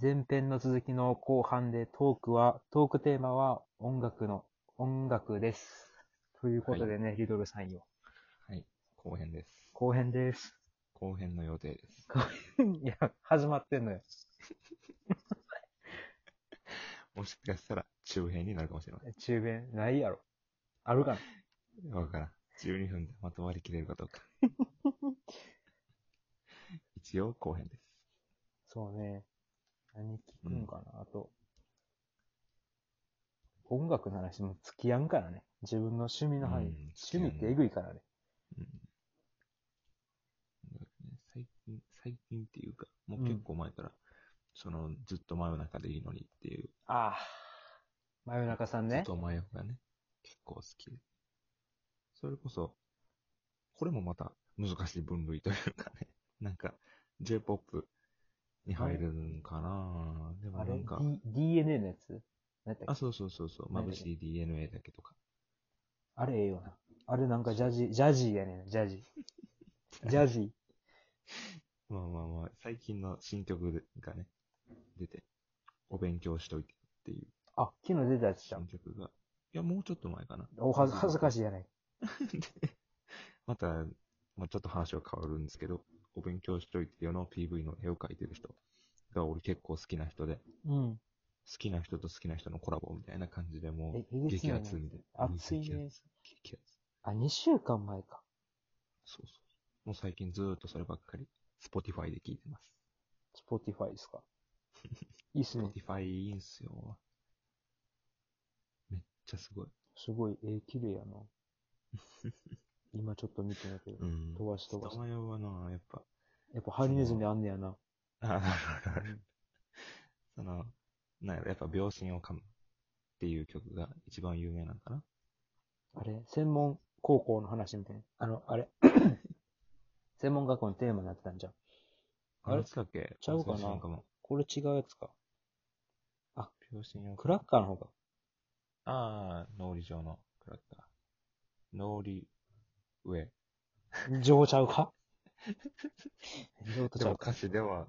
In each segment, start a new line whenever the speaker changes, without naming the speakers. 前編の続きの後半でトークは、トークテーマは音楽の、音楽です。ということでね、リドルさんよ。
はい。後編です。
後編です。
後編の予定です。
いや、始まってんのよ。
もしかしたら中編になるかもしれませ。
中編、ないやろ。あるかなん
わからん。12分でまとまりきれるかど うか。一応後編です。
そうね。何聞くんかな、あと。音楽の話も付き合うんからね。自分の趣味の範囲。
うん
趣味ってえぐいからね。
うん。なんかね最近、最近っていうか、もう結構前から、その、ずっと真夜中でいいのにっていう、
ああ。真夜中さん
ずっ
ね。
と真夜中がね、結構好きで。それこそ、これもまた難しい分類というかね、なんか、J-POP に入るんかなでも
あ
な
れ、
んか、
D、DNA のやつ何やった
あ、
っけ
そうそうそうそう、
何
眩しい DNA だけとか。
あれええよな。あれなんかジャジー、ジャジーやねん、ジャジー。ジャジー。
まあまあまあ、最近の新曲がね、出て、お勉強しといてっていう
あ、昨日出たやつじゃ
新
ん。
曲が。いや、もうちょっと前かな。
お、はず恥ずか
しい
しいやない。
で、また、まあ、ちょっと話は変わるんですけど、お勉強しといてよの PV の絵を描いてる人が俺結構好きな人で、好
うん。
きな人と好きな人のコラボみたいな感じでも
え、え
う、
げつ
激
ない
ア
な
ツ。みたいな。
熱いね
うん激アツ。激アツ。
あ、2週間前か。
そうそう。もう最近ずーっとそればっかり、Spotify で聞いてます。
Spotify です か。いいっすね。
Spotify いいんすよ。めっちゃすごい。
すごい、ええ綺 麗やな。今ちょっと見てないけど
う。ん。
飛ばし飛ばし
名。前はな、やっぱ、
やっぱハリネズミあんねやな。
ああるあるある。その、なんやろ、やっぱ秒針を噛むっていう曲が一番有名なんかな。
あれ専門高校の話みたいな。あの、あ れ専門学校のテーマになってたんじゃん。あれ
つだっけ
ちゃうかな
なんかも。
これ違うやつか。
秒針を
クラッカーの 方か。
ああ、脳裏上のクラッカー。脳裏上。
情ちゃうか情とち
で
ゃ
も
うか。
歌詞では、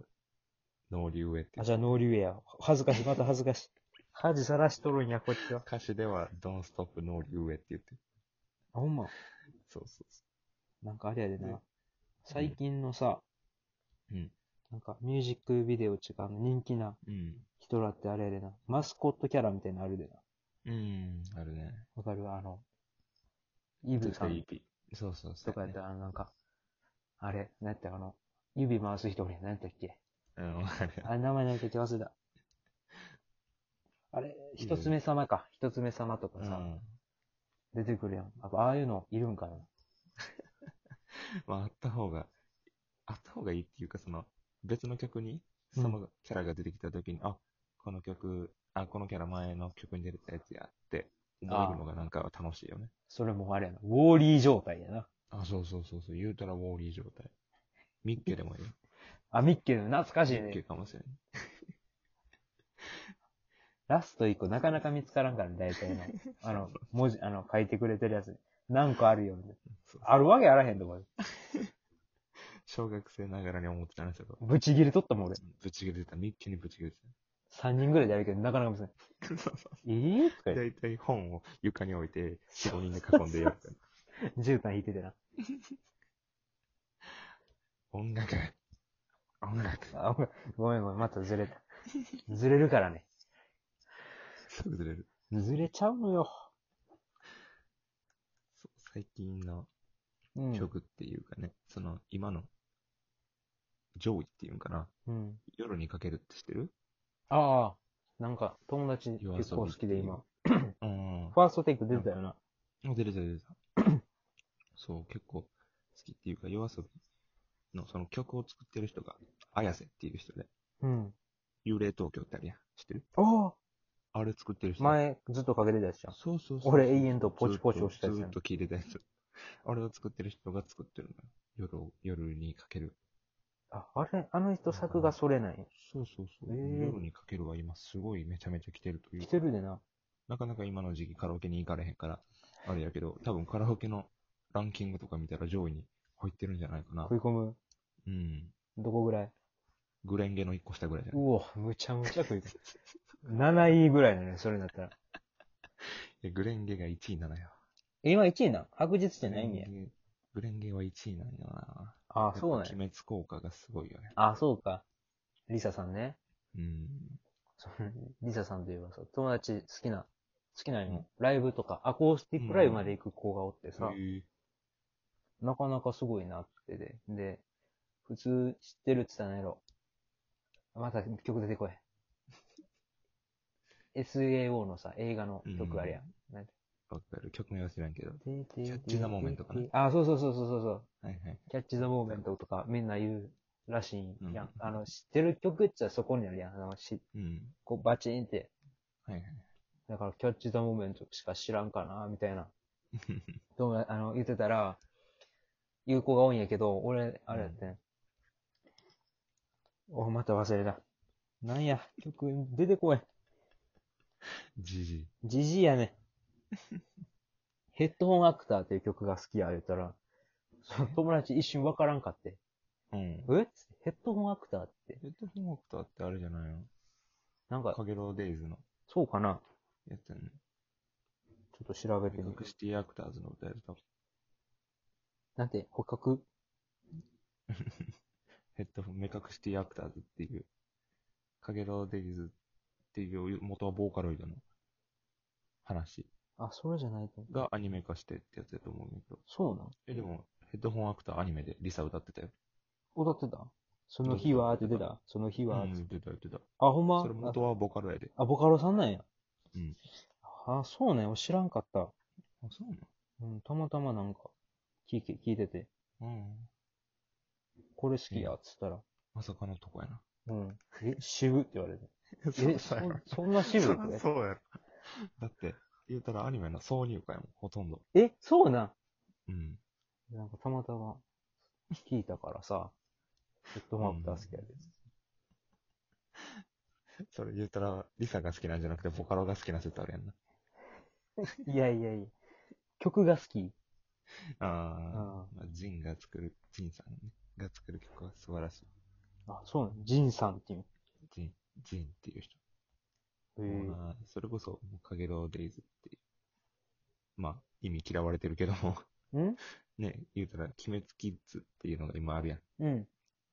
脳裏上って
あ、。じゃあノーリュウェア。恥ずかしい、また恥ずかしい。 恥さらしとるんや、こっちは。
歌詞では、Don't Stop 脳裏上って言ってる。
あ、ほんま。
そうそうそ
なんかあれやで
うん
な。最近のさ、
うん。
なんかミュージックビデオっていうか、あの人気な
う。うん。
人らってあれやでな。マスコットキャラみたいなのあるでな。
うん、あるね。
わかるあの、イブさん
EP。そうそうそ
と
う。
かやったら、あのなんか、あれ、なんやったかあの、指回す人俺、なんやったっけ
うん、わかる。
あれ、名前なんやったっけ忘れた。あれ、一つ目様か。一つ目様とか
う
さ、
ん。
出てくるやん。やっぱああいうのいるんかな。
まあ、あった方が、あった方がいいっていうか、その、別の曲に、
うん
そのキャラが出てきた時に、あ、この曲、あ、このキャラ前の曲に出てたやつやって思えるのがなんか楽しいよね。
それもあれやな。ウォーリー状態やな。
あそうそうそうそう、言うたらウォーリー状態。ミッケでもいいよ。
あ、ミッキーの懐かしい
ミッケ
ね。
かもしれない。
ラスト1個なかなか見つからんから、大体 の。あの、文字、あの、書いてくれてるやつ。何個あるよ、みたい
そう
な。あるわけあらへんと思う。
小学生ながらに思ってたんですけど、
ぶち切れとったもん、俺。
ぶち切れてた、ミッケにぶち切れて
3人ぐらいでやるけど、なかなか見つからん。
た。 そうそう
えー、とか言って
大体本を床に置いて、4、5人で囲 んでやるみたいな。
絨毯引いててな。
音楽。音楽。
あごめんごめん、またずれた。ずれるからね。
すぐずれる。
ずれちゃうのよ。
そう最近の
うん。
曲っていうかね、その今の上位っていうんかな、
うん。
夜にかけるって知ってる
ああ、なんか、友達結構好きで
夜遊びっていう
今。
うん
ファーストテイク出てたよな。
出てた出てた。そう、結構好きっていうか、夜遊びのその曲を作ってる人が、綾瀬っていう人で、
うん。
幽霊東京ってあるやん。知ってる
ああ
あれ作ってる人。
前、ずっとかけてたやつじゃん。
そうそうそう。
俺、永遠とポチポチ押したやつ
ず
や
ーっ
ん
と。聴いてたやつ。あれを作ってる人が作ってるのよ。夜を、夜にかける。
あ、あれ、あの人作がそれない。
そうそうそう。
へー
夜にかけるは今すごいめちゃめちゃ来てるという
来てるでな。
なかなか今の時期カラオケに行かれへんから、あれやけど、多分カラオケのランキングとか見たら上位に入ってるんじゃないかな
食。い込む。
うん。
どこぐらい
グレンゲの一個下ぐらいじゃ
う
ない
お、むちゃむちゃ食い込 む。7位ぐらいなのよ、それだったら。
いやグレンゲが1位なのよ。
え今1位なん白日じゃないんや
グ。レンゲグレンゲは1位なんよな。
ああ、そうなん
やっぱ
や。
鬼滅効果がすごいよね。
ああ、そうか。リサさんね。
うん。
そうリサさんといえばさ、友達好きな、好きな
う
の
ん
ライブとか、アコースティックライブまで行く子がおってさ、
へえ
なかなかすごいなってで、で、普通知ってるって言ったんやろ。また曲出てこい。SAO のさ、映画の曲あれや。なんて
わかる。曲名は知らんけど。
キャ
ッチザモーメントかな
あ、そうそうそうそうそうそう。
はいはい。
キャッチザモーメントとかみんな言うらしいんやん。
うん
あの、知ってる曲って言ったらそこにあるやん。あの、し、
うん。
こうバチンって。
はいはい。
だからキャッチザモーメントしか知らんかな、みたいな。どうも、あの、言ってたら、有効が多いんやけど、俺、あれやってん。お、また忘れた。なんや、曲出てこい。
じじい。
ジジイやね。ヘッドホンアクターっていう曲が好きや、言ったら、その友達一瞬わからんかって。
うん。
えっつってヘッドホンアクターって。
ヘッドホンオクターってあれじゃないの
なんか
カ、ゲロウデイズの
そうかな。
やつやね。
ちょっと調べて
ビ
み
ッ
る
ク。シティアクターズの歌やつ多分
なんて、捕獲
ヘッドホン、目隠しティアクターズっていう、カゲロウデイズっていう元はボーカロイドの話
あ、それじゃないと思う。
がアニメ化してってやつだと思うんだけど。
そうなん
え、でも、ヘッドホンアクターアニメでリサ歌ってたよ。
踊ってたその日はって出たその日は、
うん、言ってた言ってた。
あ、ほんま
それ元はボカロやで。
あ、ボカロさんなんや。
うん。
あ、そうね。俺知らんかった。
あ、そう
うん、たまたまなんか、聞いて、聞いてて、
なのうん。
これ好きや、っつったら、
まさかのとこやな。
うん、え、渋って 言われて。え、そ
やろ
そんな渋いって
そうやろ。だって、言うたらアニメの挿入歌やもん、ほとんど。
え、そうなん
うん。
なんかたまたま、聞いたからさ、ヘッドホンアクター好きやで。
それ言うたら、リサが好きなんじゃなくて、ボカロが好きな説あるやんな。
いやいやいや。曲が好き。あ
ああ、まあ、ジンが作る、ジンさんね、が作る曲は素晴らしい。
あ、そうなんジンさんっていう。
ジン、ジンっていう人。
へ
もう
え。
なそれこそ、カゲロウデイズっていう。まあ、意味嫌われてるけども、
ん
ね、言うたら、鬼滅キッズっていうのが今あるやん。
うん。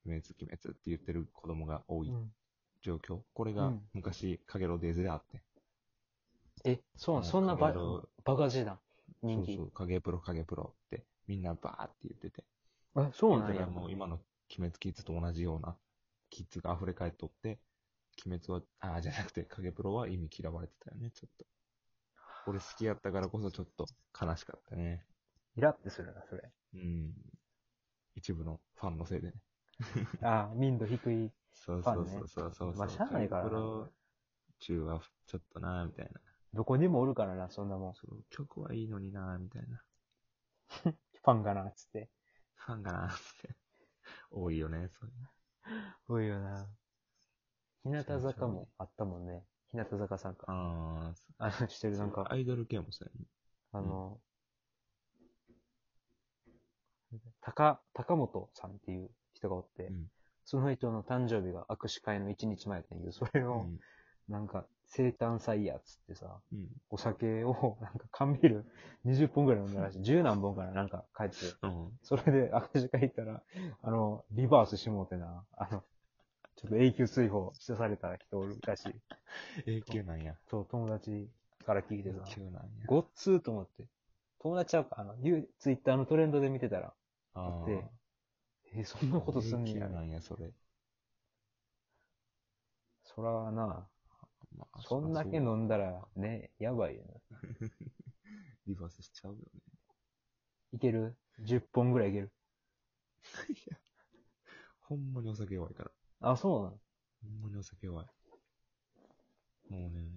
鬼滅、鬼滅って言ってる子供が多
う
い
ん
状況。これ
う
が
ん
昔、カゲロウデイズであって。
え、そうなんそんな
カ
ば
ゲロウ
爆発してたん人気
そうそう、影プロ、影プロって、みんなバーって言ってて。
あ、そうなん
だ
や
から。もう今の鬼滅キッズと同じようなキッズが溢れ返っとって、鬼滅は、ああ、じゃなくて影プロは意味嫌われてたよね、ちょっと。俺好きやったからこそちょっと悲しかったね。
イラってするな、それ。
うん。一部のファンのせいでね。
ああ、民度低い。
そう
フ
そ
ァン
う
ね
そうそうそうそう。
まあしゃあないからな
影プロ中はちょっとな、みたいな。
どこにもおるからな、そんなもん。
そう曲はいいのにな、みたいな。
ファンがな、つって。
ファンがな、って。 多いよね、そういうの
多いよな。日向坂もあったもんね。日向坂さんか。
ああ、
あの、してるなんか、
アイドル系もそうやね。
あの、高、高本さんっていう人がおって、
うん
その人の誕生日が握手会の1日前やったんやけど、それを、なんか、生誕祭やっつってさ、
うん。うん
お酒を、 なんか缶ビール20本ぐらい飲んだらしい。10何本からなんか帰ってて、
うん。
それで握手会行ったら、あの、リバースしてもうてな、あの、ちょっと永久追放してされた人おるらしい。
永久なんや。
そう、友達から聞いてさ、
永久なんや。
ごっつーと思って。友達は、あの、ゆツイッターのトレンドで見てたら、
あ
でえ、そんなことすんね
や。
や
永久。なんや、それ。
そらな、
まあ
そんだけ。飲んだら、ね、やばいよな。
リバースしちゃうよね。
いける ?10 本ぐらいいける。
ほんまにお酒弱いから。
あ、そうなの
ほんまにお酒弱い。もうね、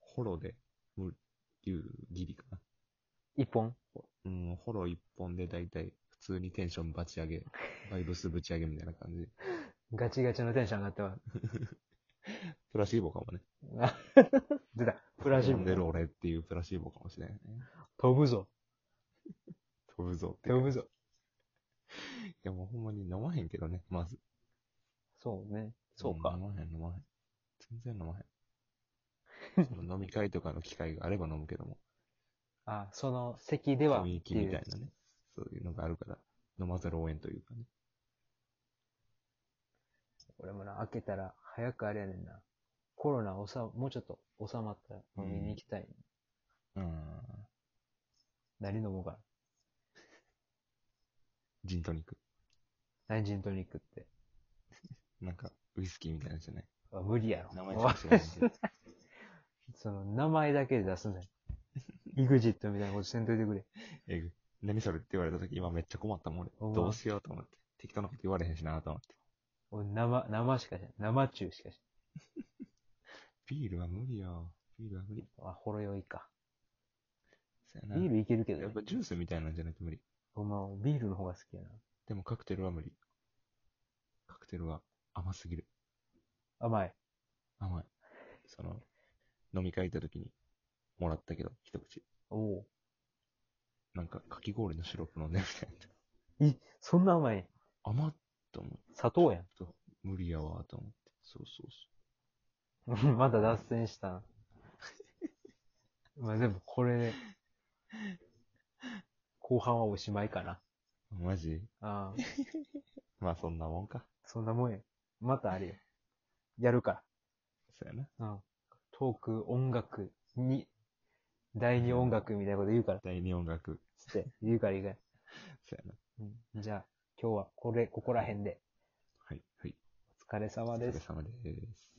ホロで、無流ギリかな。
?1 本
うん、ホロ一本でだいたい普通にテンションば ち上げ、バイブスぶち上げみたいな感じ。
ガチガチのテンション上がってます。
プラシーボかもね。
あ 出た。プラジ
飲んでる
ム。
俺っていうプラシーボかもしれないね。
飛ぶぞ。
飛ぶぞって。い
飛ぶぞ。
やもうほんまに飲まへんけどね、まず。
そうね。そうか
ん。飲まへん、飲まへん。全然飲ま へん。その飲み会とかの機会があれば飲むけども、
あ、その席ではっ
雰囲
て
気み
い
た
う
い。なね。そういうのがあるから、飲まざる応援というかね。
俺もな、開けたら早くあれやねんな。コロナおさ、もうちょっと収まったら飲みに行きたい。
うん。
何飲もうかな。
ジントニック。
何ジントニックって。
なんか、ウイスキーみたいなのじゃない。
あ無理やろ。
名前しか知らないけど。
その名前だけで出す ね。イグジットみたいなことせんといてくれ。
えぐい。何それって言われた時、今めっちゃ困ったもん俺。
ほんま
どうしようと思って。適当なこと言われへんしなと思って。
俺生、生しかしない。生中しかし
ビールは無理よ。ビールは無理。
ない。あ、ほろ酔いか。
そやな。
ビールいけるけ
や
ど
っ
ね
ぱ。ジュースみたいなんじゃないと無理。
ほんま、俺ビールの方が好きやな。
でもカクテルは無理。カクテルは甘すぎる。
甘い。
甘い。その、飲み会行った時にもらったけど、一口。
おお
なんか、かき氷のシロップ飲んでるみたいな。
う。い、そんな甘いん
甘っと思って。
砂糖やん。
ちょっと無理やわと思って。そうそうそ
まだ脱線した な。まあでもこれで、後半はおしまいかな。
う。マジ
ああ、
まあそんなもんか。
そんなもんや。またあれよ。やるか
そうやな。
ら。うん。トーク、音楽、に、第二音楽みたいなこと言うから。
第二音楽。
つって、言うからいいから。
そうやな。
うん。じゃあ、今日はこれ、ここら辺で。
はい。はい。
お疲れ
お
様
疲れ
です。
様です。